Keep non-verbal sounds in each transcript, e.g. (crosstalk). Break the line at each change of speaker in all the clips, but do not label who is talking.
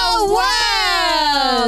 Uh,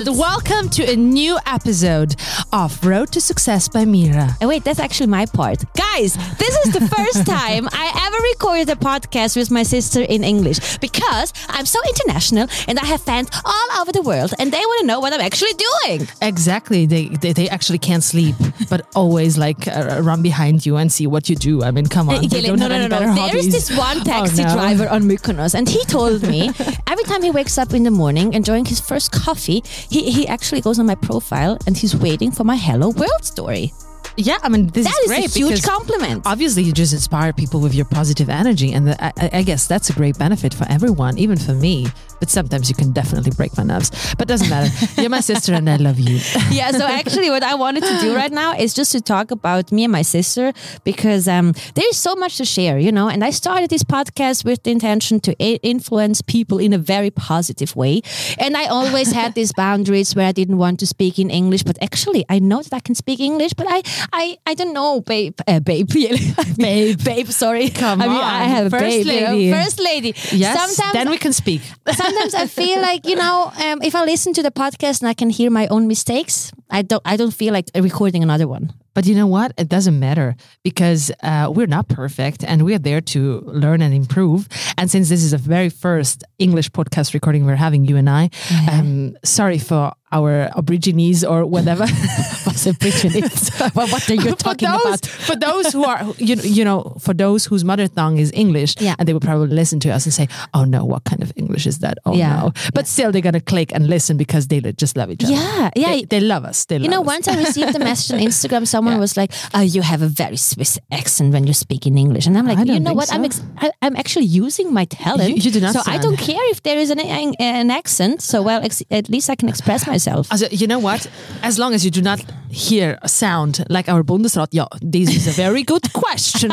world. Welcome to a new episode of Road to Success by Mira.
Oh, wait, that's actually my part. Guys, this is the
(laughs)
first time I ever recorded a podcast with my sister in English because I'm so international and I have fans all over the world and they want to know what I'm actually doing.
Exactly. They, they, they actually can't sleep, (laughs) but always like uh, run behind you and see what you do. I mean, come on. Uh, they
Yelling,
don't
Uh, no,
have
no,
any
no,
better
no. There is
hobbies."
this one taxi
(laughs) Oh, no.
driver on Mykonos, and he told
(laughs)
me every time he wakes up in the morning enjoying his first coffee, he, he actually goes on my profile and he's waiting for my Hello World story.
Yeah, I mean, this
That
is
is
great
a huge
because
compliment.
obviously you just inspire people with your positive energy, and the, I, I- I guess that's a great benefit for everyone, even for me. But sometimes you can definitely break my nerves, but
(laughs)
doesn't matter. You're my sister, and I love you.
yeah so actually what i wanted to do right now is just to talk about me and my sister because um, there is so much to share you know and i started this podcast with the intention to i- influence people in a very positive way and i always had
(laughs)
these boundaries where i didn't want to speak in english but actually i know that i can speak english but i i, I don't know babe uh, babe (laughs) babe babe sorry
Come
I mean, I
on,
have a
first
babe, you know?
lady.
first lady
Yes,
sometimes
then we can speak.
sometimes I feel like you know, um, if I listen to the podcast and I can hear my own mistakes, I don't. I don't feel like recording another one.
But you know what? It doesn't matter because uh, we're not perfect and we're there to learn and improve. And since this is the very first English podcast recording we're having, you and I, um, sorry for our aborigines or
(laughs)
whatever.
What's a (laughs) what are you talking
for those,
about?
for those who are, you, you know, for those whose mother tongue is English,
Yeah.
and they will probably listen to us and say, oh no, what kind of English is that? Oh
Yeah.
no. But still, they're going to click and listen because they li- just love each other.
Yeah, yeah.
They, they love us. They
you
love
know,
us.
once I received a message on Instagram, (laughs) someone was like, "Oh, you have a very Swiss accent when you speak in English," and I'm like,
I don't
"You know
think
what? I'm ex- I, I'm actually using my talent.
You- you do not
so I
sound-
don't care if there is an an, an accent. So well, ex- at least I can express myself.
(laughs) Also, you know what? As long as you do not hear a sound like our Bundesrat, yeah, this is a very good question.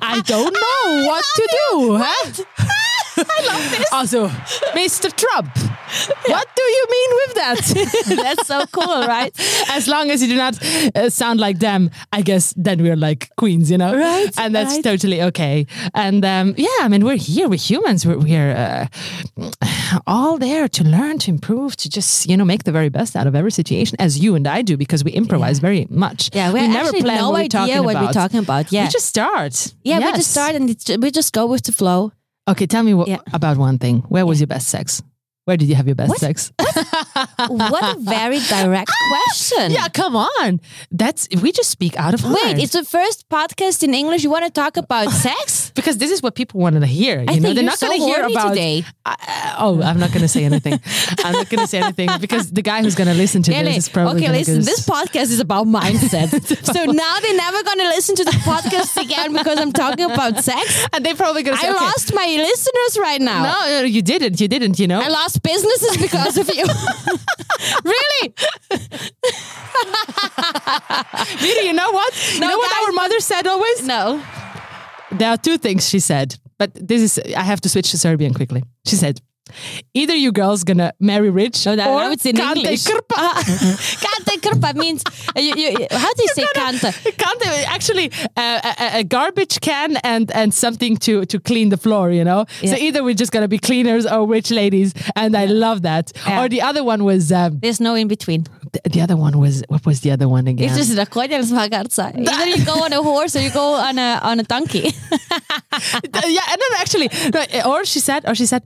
I don't know what to do. Huh? (laughs) I love this. Also, Mr. Trump, what do you mean with that? (laughs)
That's so cool, right?
as long as you do not uh, sound like them, I guess then we're like queens, you know?
Right,
And that's
right.
totally okay. And um, yeah, I mean, we're here, we're humans, we're, we're uh, all there to learn, to improve, to just, you know, make the very best out of every situation, as you and I do, because we improvise very much.
(laughs) Yeah, we
we never
actually
plan
no
what we're
idea
talking
what we're
about.
talking about, yeah.
We just start.
Yeah,
Yes.
we just start and it's, we just go with the flow.
Okay, tell me what,
Yeah.
about one thing. Where was your best sex? Where did you have your best
(laughs)
sex?
What a
(laughs)
very direct question.
Ah, yeah, come on. That's we just speak out of heart.
Wait, it's the first podcast in English you want to talk
(laughs)
about sex?
because this is what people want to hear. You
I think
know, they're
you're
not
so
going to hear
horny
about.
today.
I- I- oh, I'm not going to say
(laughs)
anything. I'm not going to say anything because the guy who's going to listen to
Really?
this is probably
Okay,
gonna
listen,
go,
this podcast is about mindset. so now they're never going to listen
(laughs)
to the podcast again because I'm talking about sex.
(laughs) and they're probably going to say,
I
okay,
lost my listeners right now.
No, no, you didn't. You didn't. You know.
I lost businesses because of
(laughs)
you. (laughs) really?
Really, you know what? you know what
guys-
our mother said always?
No.
There are two things she said, but this is. I have to switch to Serbian quickly. She said. Either you girls gonna marry rich
Oh, that-
or
now it's in
Kante
English.
Krpa.
(laughs) Kante krpa means, you, you, how
(laughs)
do you say kante?
Can't they- actually uh, a- a, a garbage can and and something to to clean the floor you know so
Yeah.
either we're just gonna be cleaners or rich ladies and i love that
Yeah.
or the other one was um,
There's no in between.
th- the other one was what was the other one again
It's just a konja smagarca. Either you go on a horse or you go on a on a donkey.
(laughs) Uh, yeah and then actually no, uh, or she said or she said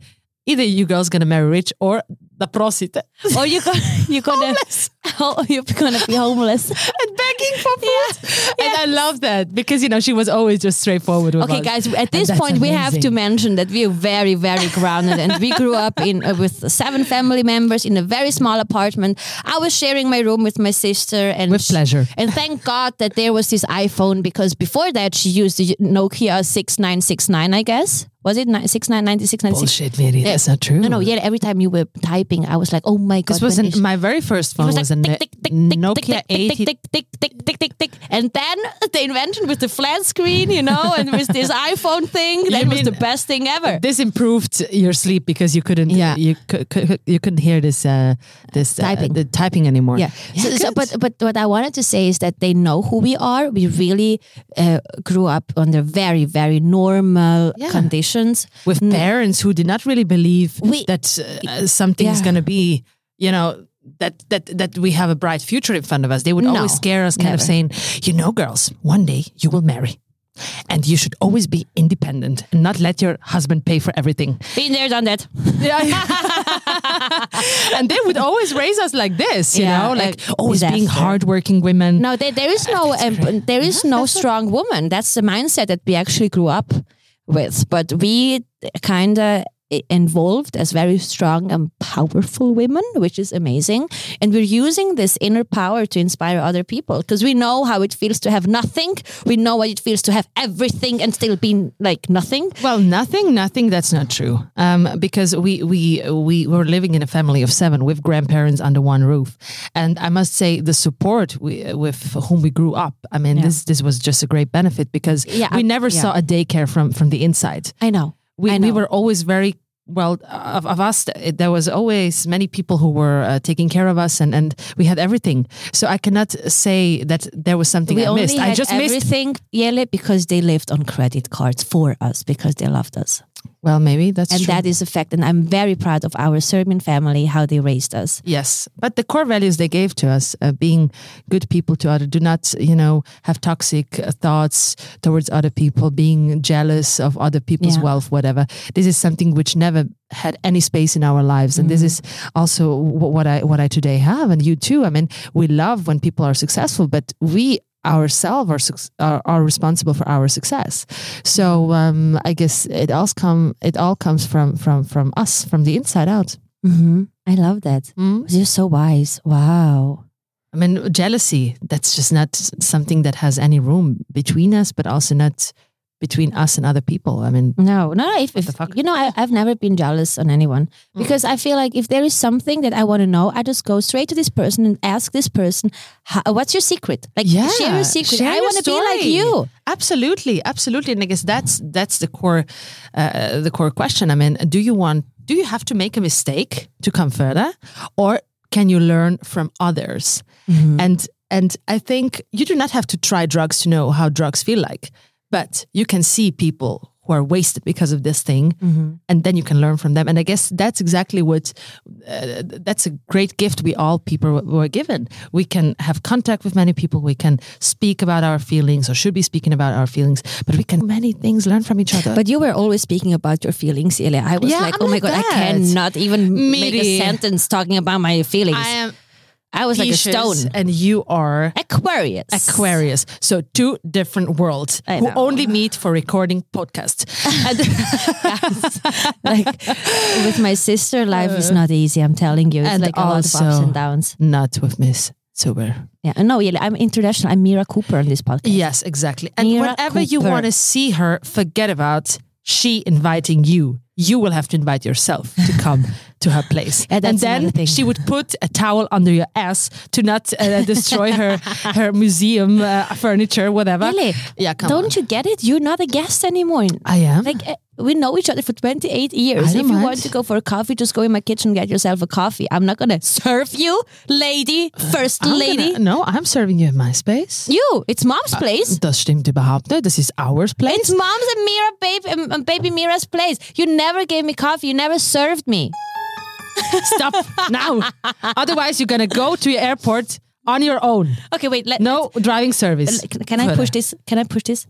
either you girls gonna marry rich or the prostitute (laughs)
or you go you're gonna (laughs) ho- you're gonna be homeless.
and begging for
(laughs)
food
Yeah.
and i love that because you know she was always just straightforward with
Okay,
us.
guys. At
And
this
that's
point, we have to
amazing.
mention that we are very, very grounded, and we grew up in uh, with seven family members in a very small apartment. I was sharing my room with my sister, and
With pleasure.
And thank God that there was this iPhone because before that she used the Nokia six nine six nine. I guess was it nine six nine ninety six nine six.
bullshit Mary, that's not true
No, no. Yeah, every time you were typing, I was like, oh my god.
This
when
was
is
an,
she-
my very first phone.
Oh, It was
Was, a
like
Ne-
tick, tick, tick, tick, tick,
Nokia
tick, tick,
80.
tick, tick, tick, tick, tick, tick, tick, and then the invention with the flat screen, you know, and with (laughs) this iPhone thing, that was
mean-
the best thing ever.
This improved your sleep because you couldn't.
Yeah.
you cou- cou- you couldn't hear this uh, this uh,
Typing.
the typing anymore.
Yeah. So, so,
good.
but but what I wanted to say is that they know who we are. We really uh, grew up under very very normal
Yeah.
conditions.
with parents who did not really believe
Mm. We-
that uh, something is
Yeah.
going to be, you know, that that that we have a bright future in front of us. They would
No,
always scare us, kind of
never.
saying, "You know, girls, one day you will marry." And you should always be independent and not let your husband pay for everything.
Been there, done that.
(laughs) and they would always raise us like this, you
Yeah,
know, like
a
always being
disaster.
hardworking women.
No, there, there is no um, there is no strong woman. That's the mindset that we actually grew up with. But we kind of involved as very strong and powerful women, which is amazing. And we're using this inner power to inspire other people because we know how it feels to have nothing. We know what it feels to have everything and still be like nothing.
Well, nothing, nothing. That's not true. Um, because we we we were living in a family of seven with grandparents under one roof, and I must say the support we, with whom we grew up. I mean, this this was just a great benefit because
Yeah,
we
I-
never
yeah.
saw a daycare from from the inside.
I know.
We
I
we
know.
were always very well of, of us. th- There was always many people who were uh, taking care of us, and and we had everything. So I cannot say that there was something
we
I
only
missed.
had
I just missed.
everything, Yele, because they lived on credit cards for us because they loved us.
Well, maybe that's
and
true.
that is a fact. And I'm very proud of our Serbian family, how they raised us.
Yes, but the core values they gave to us, uh, being good people to other, do not, you know, have toxic uh, thoughts towards other people, being jealous of other people's
Yeah.
wealth, whatever. This is something which never had any space in our lives, and this is also w- what I what I today have, and you too. I mean, we love when people are successful, but we ourselves are, suc- are are responsible for our success. So um, I guess it all come it all comes from from from us, from the inside out.
Mm-hmm. I love that.
Mm-hmm.
You're so wise. Wow.
I mean, jealousy, that's just not something that has any room between us, but also not between us and other people. I mean,
No, no, if, if
the fuck? Mm.
you know, I, I've never been jealous on anyone because I feel like if there is something that I want to know, I just go straight to this person and ask this person, "How- what's your secret? Like,
Yeah,
share your secret.
share
I
your
want to be like
story.
you.
absolutely, absolutely. And I guess that's that's the core uh, the core question. I mean, do you want do you have to make a mistake to come further or can you learn from others? And and I think you do not have to try drugs to know how drugs feel like, but you can see people who are wasted because of this thing and then you can learn from them and i guess that's exactly what uh, that's a great gift we all people were given we can have contact with many people we can speak about our feelings or should be speaking about our feelings but we can many things learn from each other
But you were always speaking about your feelings, Ilya. I was
Yeah,
like,
I'm
oh my
like
God, I
that.
cannot even make
Miri.
a sentence talking about my feelings.
i
I,
am
was like a
Pisces
stone.
and you are
Aquarius.
Aquarius, so two different worlds
I
who
know.
only meet for recording podcasts. (laughs) And-
(laughs) like with my sister, life is not easy. I'm telling you, it's
And
like a lot of ups
also-
and downs.
Not with Miss Zuber.
Yeah, no, yeah, I'm international. I'm Mira Cooper on this podcast.
Yes, exactly. And
Mira
whenever you
Cooper.
want to see her, forget about she inviting you. You will have to invite yourself to
(laughs)
come to her place.
Yeah, that's
and
another
then
thing.
she would put a towel under your ass to not uh, destroy
(laughs)
her her museum uh, furniture, whatever.
Really?
Yeah, come
Don't
on.
you get it? You're not a guest anymore.
I am.
Like uh, we know each other for 28 years.
I
If
don't
you
mind.
want to go for a coffee, just go in my kitchen and get yourself a coffee. I'm not gonna serve you, lady, 1st
I'm
lady.
gonna- Uh, no, I'm serving you in my space.
You, it's mom's place.
Das stimmt überhaupt nicht. Das ist ours
(laughs)
place.
It's mom's and Mira, baby, and- and baby Mira's place. You never gave me coffee. You never served me.
Stop now. Otherwise, you're going to go to your airport on your own.
Okay, wait. Let,
No driving service.
Can, can I
Further.
push this? Can I push
(laughs)
this?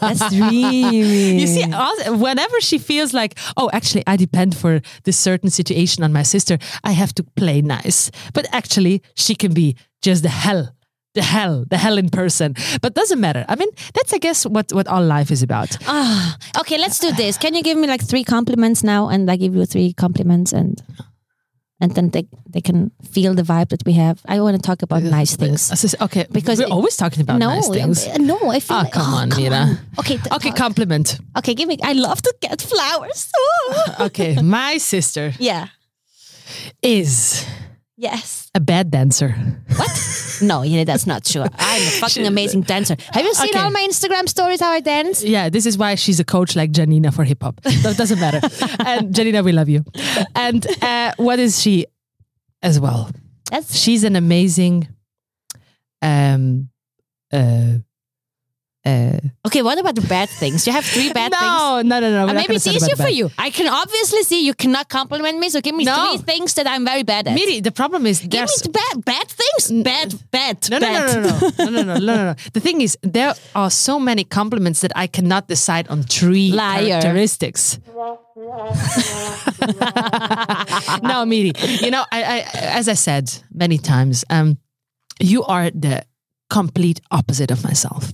That's dreamy.
You see, also, whenever she feels like, oh, actually, I depend for this certain situation on my sister, I have to play nice. But actually, she can be just the hell, the hell, the hell in person. But doesn't matter. I mean, that's, I guess, what, what all life is about.
Ah, okay, let's do this. Can you give me like three compliments now, and I give you three compliments, and and then they they can feel the vibe that we have. I want to talk about nice things.
I says, okay, because
Because
we're
it-
always talking about
No,
nice things.
uh, no, I feel.
Oh,
like,
come on, Mira.
Okay, t-
Okay,
talk-
compliment.
okay, give me. I love to get flowers.
(laughs)
Ooh.
Okay, my sister
yeah.
is
Yes.
a bad dancer. (laughs)
What? No, yeah, that's not true. I'm a fucking amazing dancer. Have you seen
Okay.
all my Instagram stories how I dance?
Yeah, this is why she's a coach like Janina for hip hop. That
(laughs)
doesn't matter. and Janina, we love you. And uh, what is she as well?
That's
She's an amazing um, uh,
Okay, what about the bad things? You have three bad things.
(laughs) No, no, no, no. we're
Uh,
not
maybe
gonna
it's
talk about
easier for
that.
you. I can obviously see you cannot compliment me, so give me
No.
three things that I'm very bad at.
Miri, the problem is
give me
there's
the bad, bad things. Bad, bad,
no, no,
bad.
no, no, no, no, no, no, no, no, no. The thing is, there are so many compliments that I cannot decide on three
Liar.
characteristics. no, Miri, you know, I, I, as I said many times, um, you are the complete opposite of myself,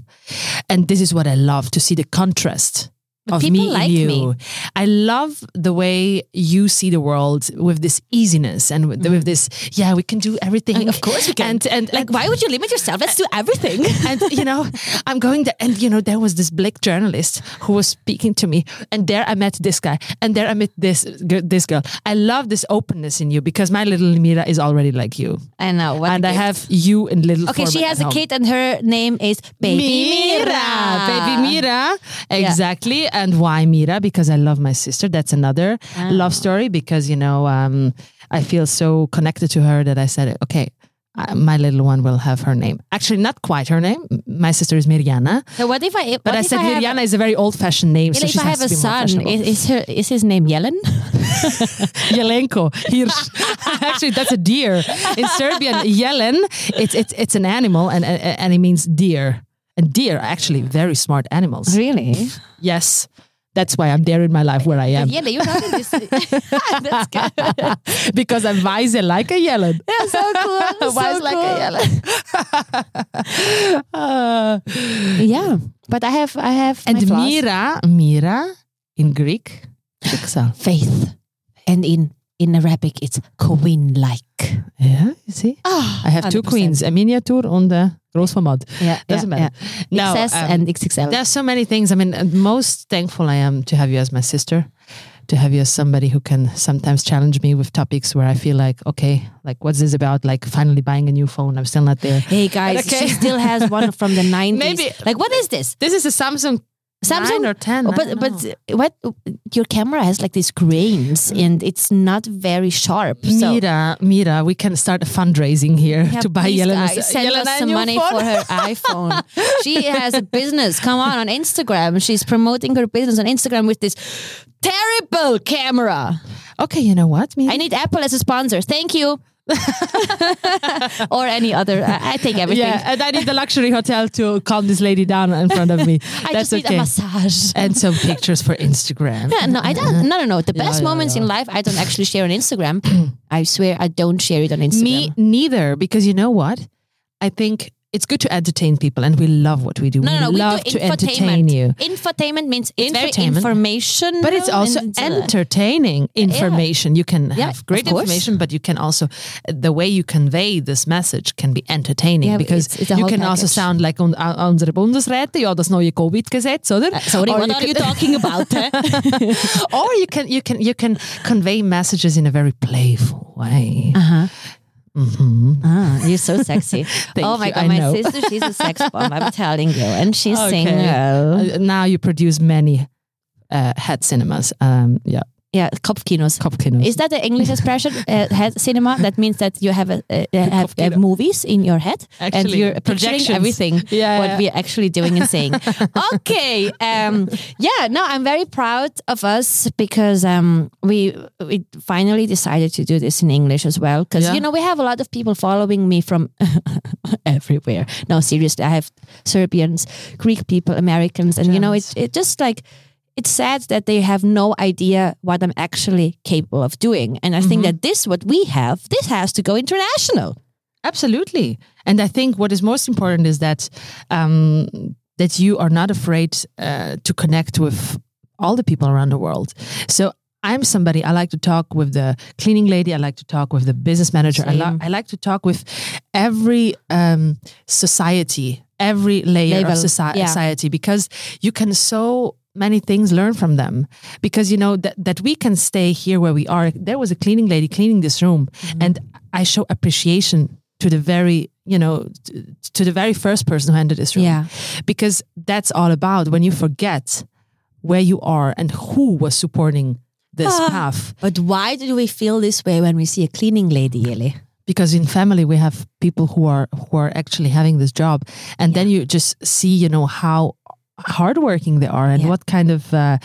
and this is what I love to see the contrast. Of
people
me
like
and you.
me.
I love the way you see the world with this easiness and with, with this, yeah, we can do everything.
Mm. Of course we can.
And,
(laughs)
and,
Like, why would you limit yourself? Let's do
(laughs)
everything.
and you know i'm going there and you know there was this black journalist who was speaking to me and there i met this guy and there i met this g- this girl i love this openness in you because my little mira is already like you
I know. What a
and i
gift.
have you in little
Okay, she
format
has
at
a
home.
kid, and her name is Baby Mira.
Baby Mira. Exactly. And why Mira? Because I love my sister. That's another
Ah.
love story because, you know, um, I feel so connected to her that I said, okay, uh, my little one will have her name. Actually, not quite her name. M- My sister is Miriana.
So what if I?
But I said Miriana is a very old fashioned name. so
if
she
I
has
have a
to be more
son,
fashionable.
is, is her is his name Yellen?
(laughs) Jelenko, Hirsch. (laughs) Actually, that's a deer. In Serbian, Jelen, it's, it's, it's an animal and, and, and it means deer. And deer are actually very smart animals.
Really? (laughs)
Yes. That's why I'm there in my life where I am.
Yellen, you know this. (laughs) That's good.
(laughs) because I'm wise like a
(laughs)
yellow.
Yeah, so cool.
Wise
so
like
cool. (laughs)
a yellow. Uh,
Yeah, but I have I have my
and
flaws.
Mira, Mira in Greek, Schicksal.
faith, and in in Arabic it's queen like.
Yeah, you see? I have two
100%.
queens, a miniature and a Großformat.
Yeah,
Doesn't matter.
Yeah.
Now,
XS
um,
and XXL.
There are so many things. I mean, uh, most thankful I am to have you as my sister, to have you as somebody who can sometimes challenge me with topics where I feel like, okay, like what's this about? Like finally buying a new phone. I'm still not there.
Hey guys,
Okay.
she still has (laughs) one from the nineties.
Maybe-
like what is this?
This is a Samsung
Samsung-
nine or ten.
Oh,
I
but
don't know.
but what your camera has like these grains and it's not very sharp. So
Mira, Mira, we can start a fundraising here
Yeah,
to buy
please,
Yelena.
guys, send us some money for
(laughs)
her iPhone. she has a business. Come on, on Instagram, she's promoting her business on Instagram with this terrible camera.
Okay, you know what? Mira?
I need Apple as a sponsor. Thank you. (laughs) or any other. I, I take everything.
yeah, and I need the luxury hotel to calm this lady down in front of me.
(laughs) I
That's
just need
okay.
a massage.
and some pictures for
(laughs)
Instagram.
Yeah, no, I don't. No, no,
(laughs)
no. The best
yeah,
moments in life, I don't actually share on
(clears throat)
Instagram. I swear, I don't share it on Instagram.
Me neither, because you know what? I think it's good to entertain people, and we love what we do.
no, no,
we
we
love
do
to entertain
infotainment.
you.
Infotainment means it's
Infotainment.
very information,
But it's also entertaining information. You can
uh, Yeah,
have great
of course.
information, but you can also the way you convey this message can be entertaining
Yeah,
because
it's- it's a
you
whole
can also
package.
sound like un, uh, unsere Bundesräte, ja das neue Covid-Gesetz, oder?
Äh, Sorry,
Or
what
you
are
can-
you (laughs) talking about? eh?
(laughs) or you can you can you can convey messages in a very playful way.
Ah, you're so
(laughs)
sexy. oh my
you,
god,
I
my
know.
sister, she's a sex bomb.
(laughs)
I'm telling you, and she's
Okay.
single.
Uh, now you produce many uh, head cinemas. Um, yeah,
Yeah, Kopfkinos.
Kopfkinos.
Is that the English expression? Uh, head cinema. That means that you have a, uh, have uh,
Kopfkino.
movies in your head and
Actually,
you're picturing
projections.
everything.
(laughs) Yeah,
what
yeah.
we're actually doing and
(laughs)
saying. okay. Um, yeah. No, I'm very proud of us because um, we we finally decided to do this in English as well. Because
Yeah.
you know we have a lot of people following me from everywhere. No, seriously, I have Serbians, Greek people, Americans, and you know, it it just like it's sad that they have no idea what I'm actually capable of doing. And I think that this what we have, this has to go international.
Absolutely. And I think what is most important is that um, that you are not afraid uh, to connect with all the people around the world. So I'm somebody I like to talk with the cleaning lady. I like to talk with the business manager. I, li-
Same.
I like to talk with every um, society, every layer
Label,
of soci-
yeah.
society, because you can so many things learn from them because you know that, that we can stay here where we are there was a cleaning lady cleaning this room
Mm-hmm.
and i show appreciation to the very you know t- to the very first person who entered this room
Yeah.
because that's all about when you forget where you are and who was supporting this
Ah.
path
But why do we feel this way when we see a cleaning lady, Yeli?
because in family we have people who are who are actually having this job and then you just see you know how hardworking they are and
Yeah.
what kind of uh,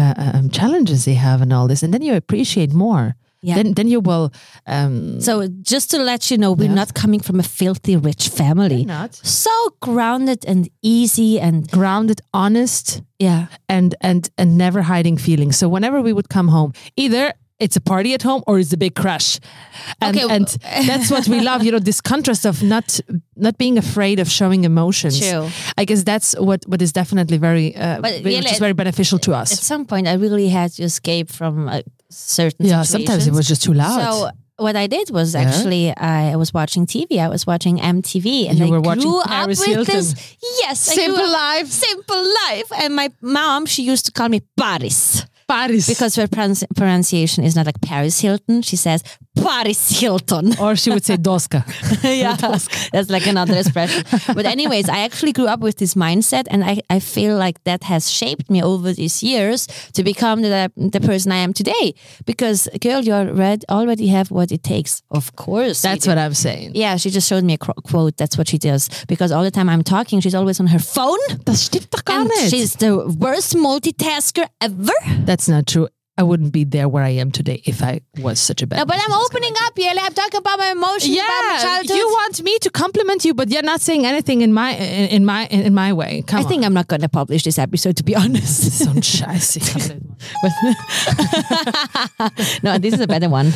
uh, um, challenges they have and all this, and then you appreciate more.
Yeah.
Then then you will um,
So just to let you know, we're
Yeah.
not coming from a filthy rich family.
not
So grounded and easy and
grounded, honest,
yeah.
and and and never hiding feelings. So whenever we would come home, either it's a party at home or it's a big crush, and
Okay, w-
and that's what we love. You know, this contrast of not not being afraid of showing emotions.
True.
I guess that's what what is definitely very uh,
But
which
really,
is very beneficial to
At
us.
some point, I really had to escape from a certain
Yeah, sometimes it
situations.
was just too loud.
So what I did was actually I was watching TV. I was watching MTV, and
You
I
were watching
grew up
Paris
with
Hilton.
this. Yes, I grew
Simple
up-
life.
simple life. And my mom, she used to call me Paris
Paris,
because her pronunci- pronunciation is not like Paris Hilton. She says Paris Hilton. (laughs)
or she would say Doska.
yeah, that's like another expression. But anyways, I actually grew up with this mindset, and I, I feel like that has shaped me over these years to become the the person I am today. Because girl, you already already have what it takes. Of course, you
That's what I'm
(laughs)
saying.
yeah, she just showed me a qu- quote. That's what she does. Because all the time I'm talking, she's always on her phone.
Das stimmt doch gar
And
nicht.
she's the worst multitasker ever.
That's not true. I wouldn't be there where I am today if I was such a bad.
No, but I'm
multitasker.
opening up, Yele. I'm talking about my emotions, about my
Yeah,
childhood.
you want me to compliment you, but you're not saying anything in my in, in my in, in my way. Come
I think I'm not going to publish this episode, to be (laughs) honest.
so scheiße. Ich (laughs) hab nicht mal-
no, this is a better one.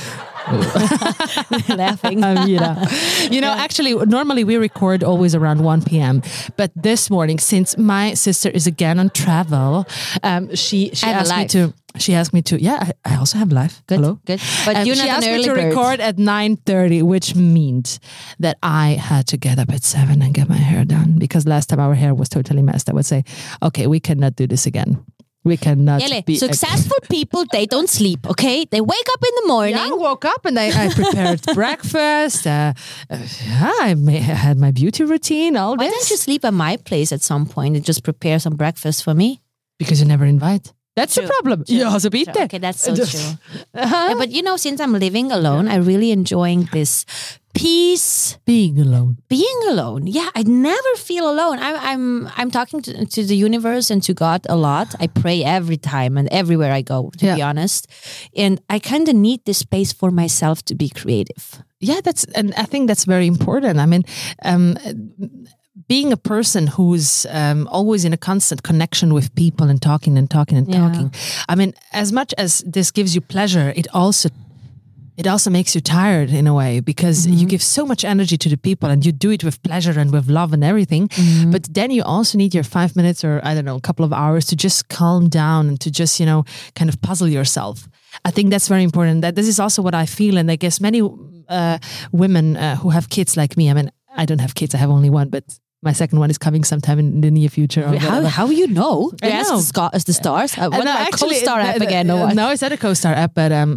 (laughs) Laughing.
Um, you know, (laughs) you know. Actually, normally we record always around 1 p.m. But this morning, since my sister is again on travel, um, she she
I have a
asked me
life.
to. She asked me to. Yeah, I, I also have life.
Good,
Hello.
good. But
Um,
you're
she
not
asked
an
me
early
to
bird.
record at 9.30, which means that I had to get up at 7 and get my hair done because last time our hair was totally messed. I would say, okay, we cannot do this again. We cannot
Yele,
be...
successful people, they don't sleep, okay? They wake up in the morning.
I woke up and I, I
(laughs)
prepared breakfast. Uh, uh, yeah, I, ma- I had my beauty routine, all
Why don't
this.
you sleep at my place at some point and just prepare some breakfast for me?
Because you never invite. That's the
True,
problem.
true,
yeah, so
Sure,
bitte.
Okay, that's so
Just-
true. Yeah, but you know, since I'm living alone, I really enjoying this peace
Being alone.
being alone. Yeah, I never feel alone. I'm I'm I'm talking to, to the universe and to God a lot. I pray every time and everywhere I go, to be
Yeah.
honest. And I kind of need this space for myself to be creative.
yeah that's and i think that's very important i mean um being a person who's um, always in a constant connection with people and talking and talking and
Yeah.
talking i mean as much as this gives you pleasure it also it also makes you tired in a way because you give so much energy to the people and you do it with pleasure and with love and everything but then you also need your 5 minutes or i don't know a couple of hours to just calm down and to just you know kind of puzzle yourself i think that's very important that this is also what i feel and i guess many uh, women uh, who have kids like me i mean i don't have kids i have only one but my second one is coming sometime in the near future or
How,
whatever.
how you know?
I
Yes,
know.
the, sco- as the stars. Uh, what
And
about
actually,
co-star
th-
app
th-
again? or
uh,
what? (laughs)
No, it's not a co-star app, but um,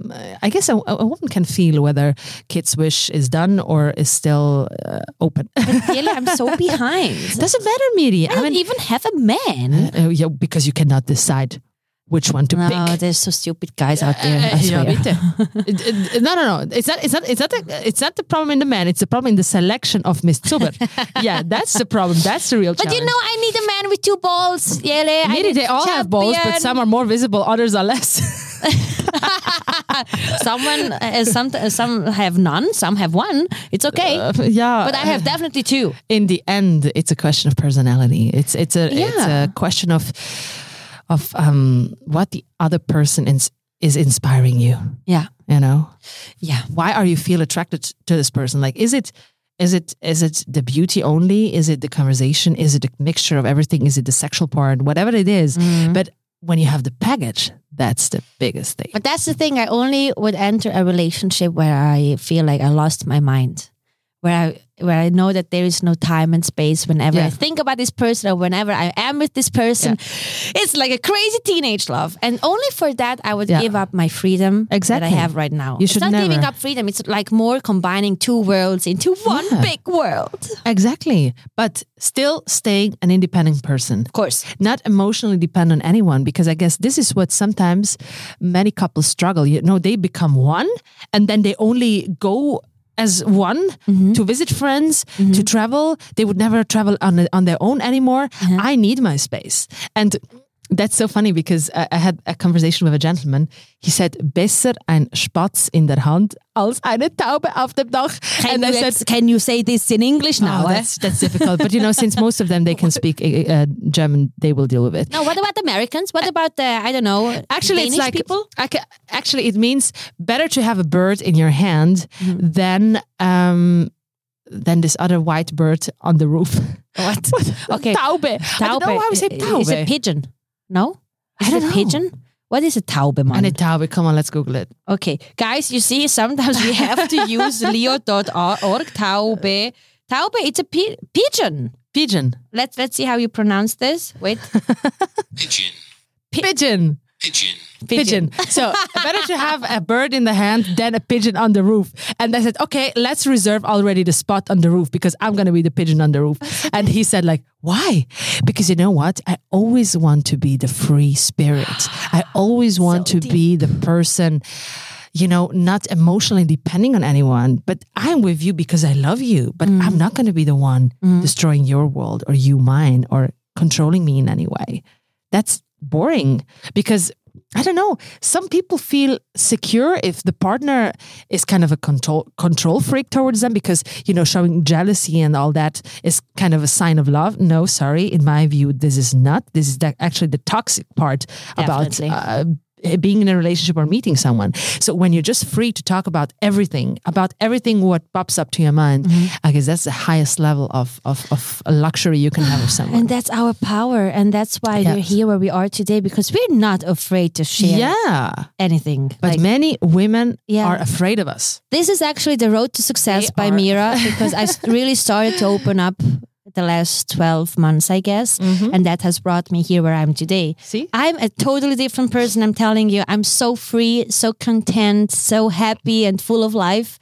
I guess a, a woman can feel whether Kids Wish is done or is still uh, open. (laughs)
Really, I'm so behind.
Doesn't matter, Miri.
I
I
don't
mean,
even have a
(laughs)
man.
uh, yeah, because you cannot decide which one to
No,
pick.
there's so stupid guys out there.
Uh,
I
yeah,
swear.
bitte. It- (laughs) it- no, no, no. It's not. It's not. It's not. The, it's not the problem in the man. It's the problem in the selection of Miss
(laughs)
Zuber. yeah, that's the problem. That's the real.
But you know, I need a man with two balls, Yele. I
Miri,
need
they all have balls, but
champion.
some are more visible, others are less.
(laughs) someone, uh, some, uh, some have none, some have one. It's okay,
(laughs) Uh, yeah,
but I have definitely two.
in the end, it's a question of personality. It's it's a it's
Yeah.
a question of of um what the other person is is inspiring you.
Yeah,
You know,
yeah.
why are you feel attracted to this person? Like, is it is it is it the beauty only? Is it the conversation? Is it a mixture of everything? Is it the sexual part? Whatever it is, but when you have the package, that's the biggest thing.
Mm-hmm. But that's the thing. I only would enter a relationship where I feel like I lost my mind, where I where I know that there is no time and space. Whenever I
Yeah.
think about this person or whenever I am with this person, it's like a crazy teenage love. And only for that, I would
Yeah.
give up my freedom
Exactly.
that I have right now.
You
it's
should
not giving
never.
up freedom. It's like more combining two worlds into one
Yeah.
big world.
Exactly, but still staying an independent person.
Of course.
not emotionally depend on anyone because I guess this is what sometimes many couples struggle. You know, they become one and then they only go as one
Mm-hmm.
to visit friends, to travel. They would never travel on on their own anymore.
Uh-huh.
I need my space, and that's so funny because I, I had a conversation with a gentleman. He said, "Besser ein Spatz in der Hand als eine Taube auf dem Dach."
Can,
and I
you
said,
ex- can you say this in English now?
"Oh,
eh?
that's that's difficult." But you know, since most of them they can speak uh, uh, German, they will deal with it.
no, what about the Americans? What about the, I don't know,
Uh, Actually,
Danish
it's like
people?
I ca- actually it means better to have a bird in your hand than um than this other white bird on the roof. (laughs)
What? Okay.
Taube. I don't know how we say
Taube. Is it
taube.
pigeon? No? Is
I
it a
don't know.
pigeon? What is a taube, man?
And a taube. Come on, let's Google it.
Okay, guys, you see, sometimes we have (laughs) to use leo.org, taube. Taube, it's a pi- pigeon.
Pigeon.
Let's let's see how you pronounce this. Wait,
Pigeon.
Pigeon.
Pigeon.
Pigeon. So better to have a bird in the hand than a pigeon on the roof. And I said, okay, let's reserve already the spot on the roof because I'm gonna be the pigeon on the roof. And he said, like, why? Because you know what? I always want to be the free spirit. I always want
So
to be the person, you know, not emotionally depending on anyone. But I'm with you because I love you. But I'm not gonna be the one destroying your world or you mine or controlling me in any way. That's boring because I don't know. Some people feel secure if the partner is kind of a control control freak towards them because you know showing jealousy and all that is kind of a sign of love. No, sorry, in my view, this is not. This is the, actually the toxic part
Definitely.
about. Uh, being in a relationship or meeting someone. So when you're just free to talk about everything, about everything what pops up to your mind,
Mm-hmm.
I guess that's the highest level of of, of luxury you can
(gasps)
have with
(laughs)
someone.
and that's our power, and that's why we're here where we are today because we're not afraid to share
yeah.
anything.
But
Like,
many women
Yeah.
are afraid of us.
this is actually the road to success
They
by
are. (laughs)
Mira because I s- really started to open up the last 12 months, I guess, and that has brought me here where I am today.
Mm-hmm. See?
I'm a totally different person. I'm telling you, I'm so free, so content, so happy, and full of life.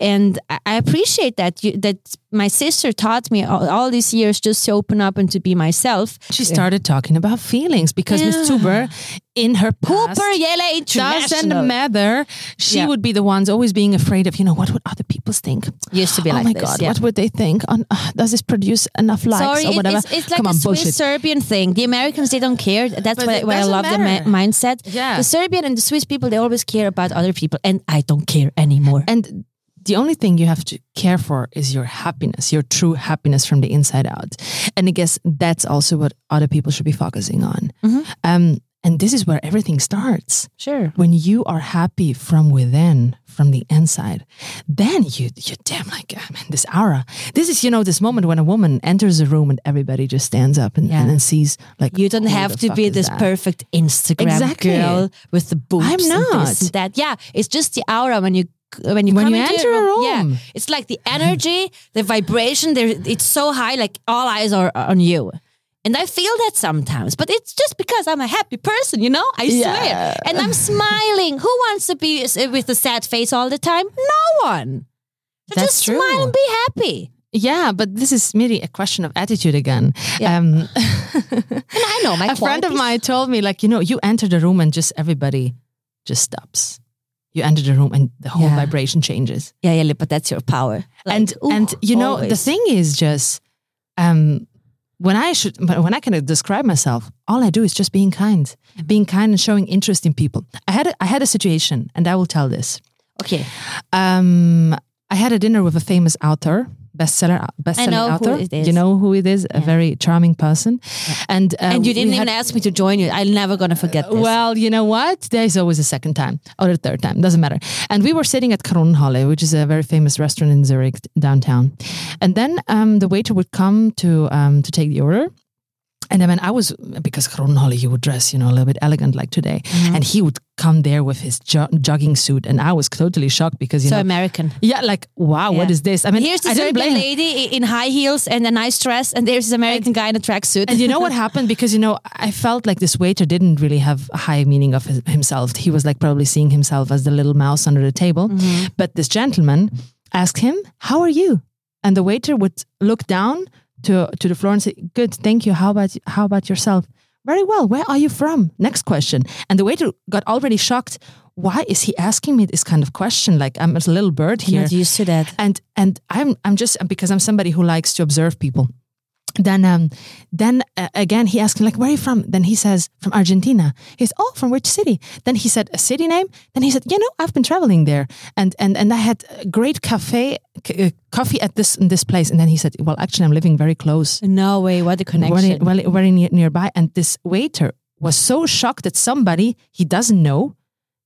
And I- I appreciate that you, that my sister taught me all, all these years just to open up and to be myself.
She started talking about feelings because Miss
Yeah.
Tuber, in her past,
Super Yele International
doesn't matter. She
Yeah.
would be the ones always being afraid of, you know, what would other people think?
used to be
oh
like
my
this.
God,
yeah.
what would they think? On, uh, does this produce enough likes
Sorry,
or
it-
whatever?
It's, it's like
Come
a
on,
Swiss
bullshit.
Serbian thing. The Americans they don't care. That's
But
why,
it
why I
doesn't
love the
matter.
ma- uh, mindset.
Yeah.
The Serbian and the Swiss people they always care about other people, and I don't care anymore.
And the only thing you have to care for is your happiness, your true happiness from the inside out. And I guess that's also what other people should be focusing on.
Mm-hmm.
Um, and this is where everything starts.
sure.
when you are happy from within, from the inside, then you you damn like ah, man, this aura. This is you know this moment when a woman enters a room and everybody just stands up and,
Yeah.
and, then sees like
You don't
who
have
the
to
fuck
be
is
this
that?
perfect Instagram
Exactly.
girl with the boobs.
I'm
And this
not.
and that. Yeah, it's just the aura when you when you
When
come
you
into
enter a
Yeah,
room.
it's like the energy, the vibration. There, it's so high. Like all eyes are on you. And I feel that sometimes, but it's just because I'm a happy person, you know? I
Yeah.
swear. And I'm smiling. Who wants to be s- with a sad face all the time? No one. So
That's
just
true.
smile and be happy.
Yeah, but this is really a question of attitude again.
Yeah. (laughs)
Um, (laughs)
And I know my
a friend of
qualities.
mine told me like you know you enter the room and just everybody just stops. You enter the room and the whole
Yeah.
vibration changes.
Yeah, yeah, but that's your power. Like,
and
ooh,
and you know the
always.
thing is just um when I should but when I can describe myself, all I do is just being kind,
Mm-hmm.
being kind and showing interest in people. I had a, I had a situation, and I will tell this.
Okay.
Um, I had a dinner with a famous author, bestseller, best-selling
know who
author.
it is.
You know who it is? A very charming person, and uh,
And you didn't
we
even
had- Uh,
ask me to join you. I'm never gonna forget this.
Well, you know what? There's always a second time or a third time. Doesn't matter. And we were sitting at Kronhalle, which is a very famous restaurant in Zurich downtown. And then um, the waiter would come to um, to take the order. And I mean, I was because Kronhalle, he would dress, you know, a little bit elegant like today,
Mm-hmm.
and he would come there with his jo- jogging suit, and I was totally shocked because you
so
know,
American.
yeah, like wow, what
Yeah.
is this? I mean,
Here's the
I didn't
Serbian
blame him.
lady i- in high heels and a nice dress, and there's this American guy in a tracksuit.
And you
(laughs)
know what happened? Because, you know, I felt like this waiter didn't really have a high meaning of his, himself. He was like probably seeing himself as the little mouse under the table.
Mm-hmm.
But this gentleman asked him, How are you? And the waiter would look down to, to the floor and say, Good, thank you. How about, how about yourself? Very well. Where are you from? Next question. And the waiter got already shocked. Why is he asking me this kind of question? Like I'm a little bird here.
Not used to that.
And and I'm I'm just because I'm somebody who likes to observe people. Then um then uh, again he asked me like where are you from? Then he says from Argentina. He says oh from which city? Then he said a city name. Then he said you know I've been traveling there and and and I had a great cafe c- uh, coffee at this in this place. And then he said well actually I'm living very close
No way. What a
very,
connection.
very, very near, nearby. And this waiter was so shocked that somebody he doesn't know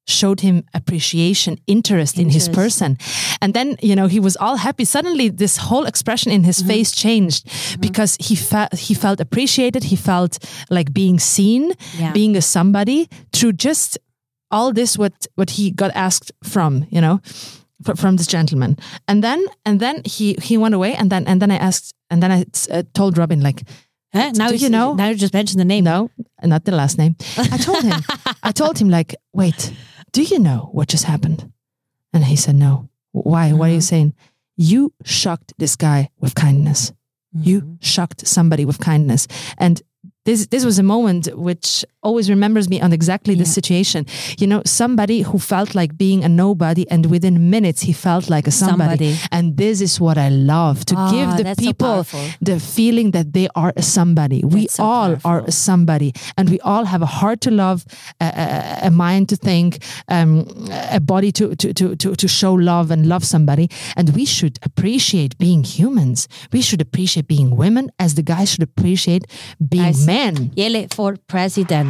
showed him appreciation, interest, in his
Interest.
person. And then, you know, he was all happy. Suddenly this whole expression in his
Mm-hmm.
face changed because he felt he felt appreciated. He felt like being seen,
Yeah.
being a somebody through just all this what what he got asked from, you know, fr- from this gentleman. And then and then he he went away and then and then I asked and then I uh, told Robin like
Huh? Now
Do
it's-
you know-
Now you just mentioned the name.
no, not the last name. I told
(laughs)
him, I told him, like, wait, do you know what just happened? And he said, no. Why? What
Uh-huh.
are you saying? You shocked this guy with kindness.
Mm-hmm.
You shocked somebody with kindness. And this, this was a moment which always remembers me on exactly this
Yeah.
situation. You know, somebody who felt like being a nobody, and within minutes, he felt like a
Somebody.
somebody. And this is what I love to
Ah,
give the
that's so
people
powerful.
the feeling that they are a somebody. we
That's so
all are
powerful.
a somebody, and we all have a heart to love, a, a, a mind to think, um, a body to, to, to, to, to show love and love somebody. And we should appreciate being humans. We should appreciate being women as the guys should appreciate being
Nice.
men.
Yele for president.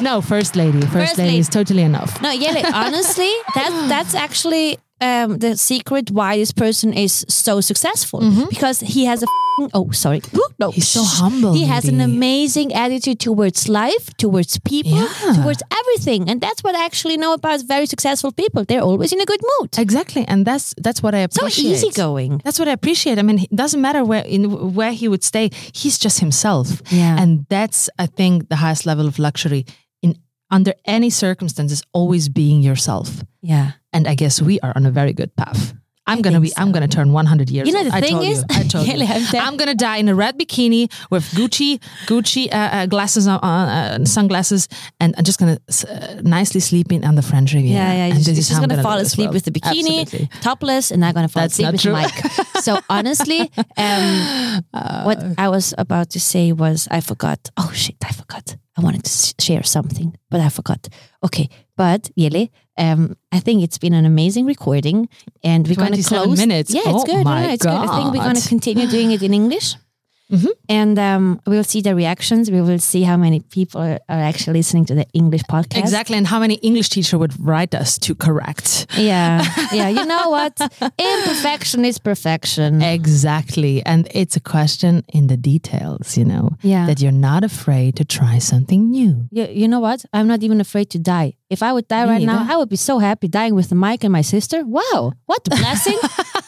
No, first lady. First,
First
lady
lady.
is totally enough.
No, Yele, honestly, (gasps) that that's actually um, the secret why this person is so successful because he has a fing oh sorry Mm-hmm. no
He's so humble,
He has an
maybe.
amazing attitude towards life, towards people,
Yeah.
towards everything, and that's what I actually know about very successful people. They're always in a good mood,
Exactly, and that's that's what I
so
appreciate.
easygoing.
That's what I appreciate. I mean, it doesn't matter where in where he would stay. He's just himself.
Yeah.
And that's I think the highest level of luxury in under any circumstances always being yourself.
Yeah,
And I guess we are on a very good path. I'm gonna
think
be. I'm gonna turn 100 years.
You know,
old.
the
I
thing
told
is-
you, I
(laughs)
told you.
Really, I'm telling-
I'm gonna die in a red bikini with Gucci, Gucci uh, uh, glasses on, uh, uh, sunglasses, and I'm just gonna s- uh, nicely sleep in on the French Riviera.
yeah, yeah.
And
He's
this
just,
is how I'm
gonna, fall
live this
asleep with
world.
the bikini,
Absolutely.
topless, and I'm gonna fall
That's
asleep
not
with
true. Uh,
the mic.
(laughs)
so honestly, um, what I was about to say was I forgot. Oh shit, I forgot. I wanted to s- share something, but I forgot. Okay, but Yele, um, I think it's been an amazing recording, and we're gonna
27
close.
minutes.
Yeah,
Oh
it's good.
my
no, it's good. I think we're gonna
God. Mm-hmm.
continue doing it in
(laughs)
English. And um, we'll see the reactions. We will see how many people are are actually listening to the English podcast.
Exactly, and how many English teacher would write us to correct?
Yeah, yeah. You know what? Imperfection is
Eh,
perfection.
Exactly, and it's a question in the details, you know,
Yeah.
that you're not afraid to try something new.
You, you know what? I'm not even afraid to die. If I would die right now,
neither.
I would be so happy dying with Mike and my sister. Wow, what a blessing!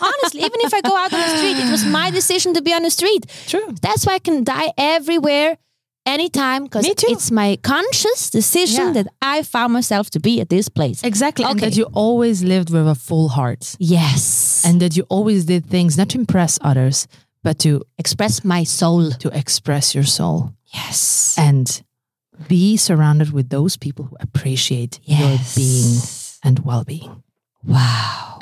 Honestly, even if I go out on the street, it was my decision to be on the street.
True.
That's why I can die everywhere, anytime, because
Me too.
it's my conscious decision
Yeah.
that I found myself to be at this place.
Exactly, and
Okay.
that you always lived with a full heart,
Yes, and
and that you always did things not to impress others, but to
express my soul.
to express your soul
Yes,
and be surrounded with those people who appreciate
Yes.
your being and well-being.
Wow.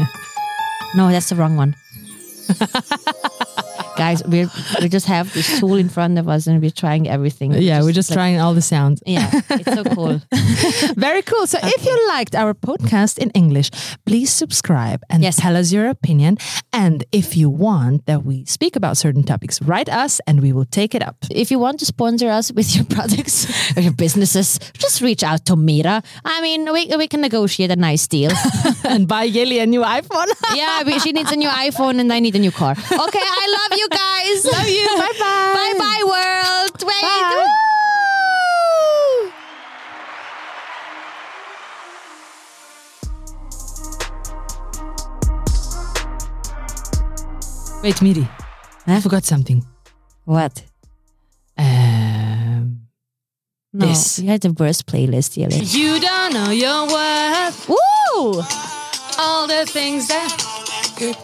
(laughs) no, that's the wrong one. (laughs) Guys, we we just have this tool in front of us and we're trying everything. like-
trying all the sounds.
Yeah, it's so (laughs) cool.
Very cool. So if you liked our podcast in English, please subscribe and
Yes.
tell us your opinion. And if you want that we speak about certain topics, write us and we will take it (laughs) up.
if you want to sponsor us with your products (laughs) or your businesses, just reach out to Mira. I mean, we, we can negotiate a nice (laughs) deal.
and buy Yeli a new iPhone. (laughs)
yeah, we, she needs a new iPhone and I need a new car. Okay, I love you guys. Love (laughs) you. Bye bye. Bye bye, world. Wait.
Bye.
Woo!
Wait, Miri, I
Huh?
forgot something.
What?
Um,
No,
This.
you had the worst playlist, Yelly.
you don't know your worth.
Woo!
All the things that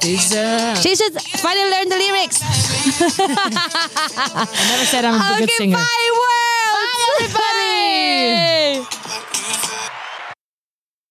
Deserve.
She should finally learn the lyrics.
I never said I'm a good
okay,
singer.
bye.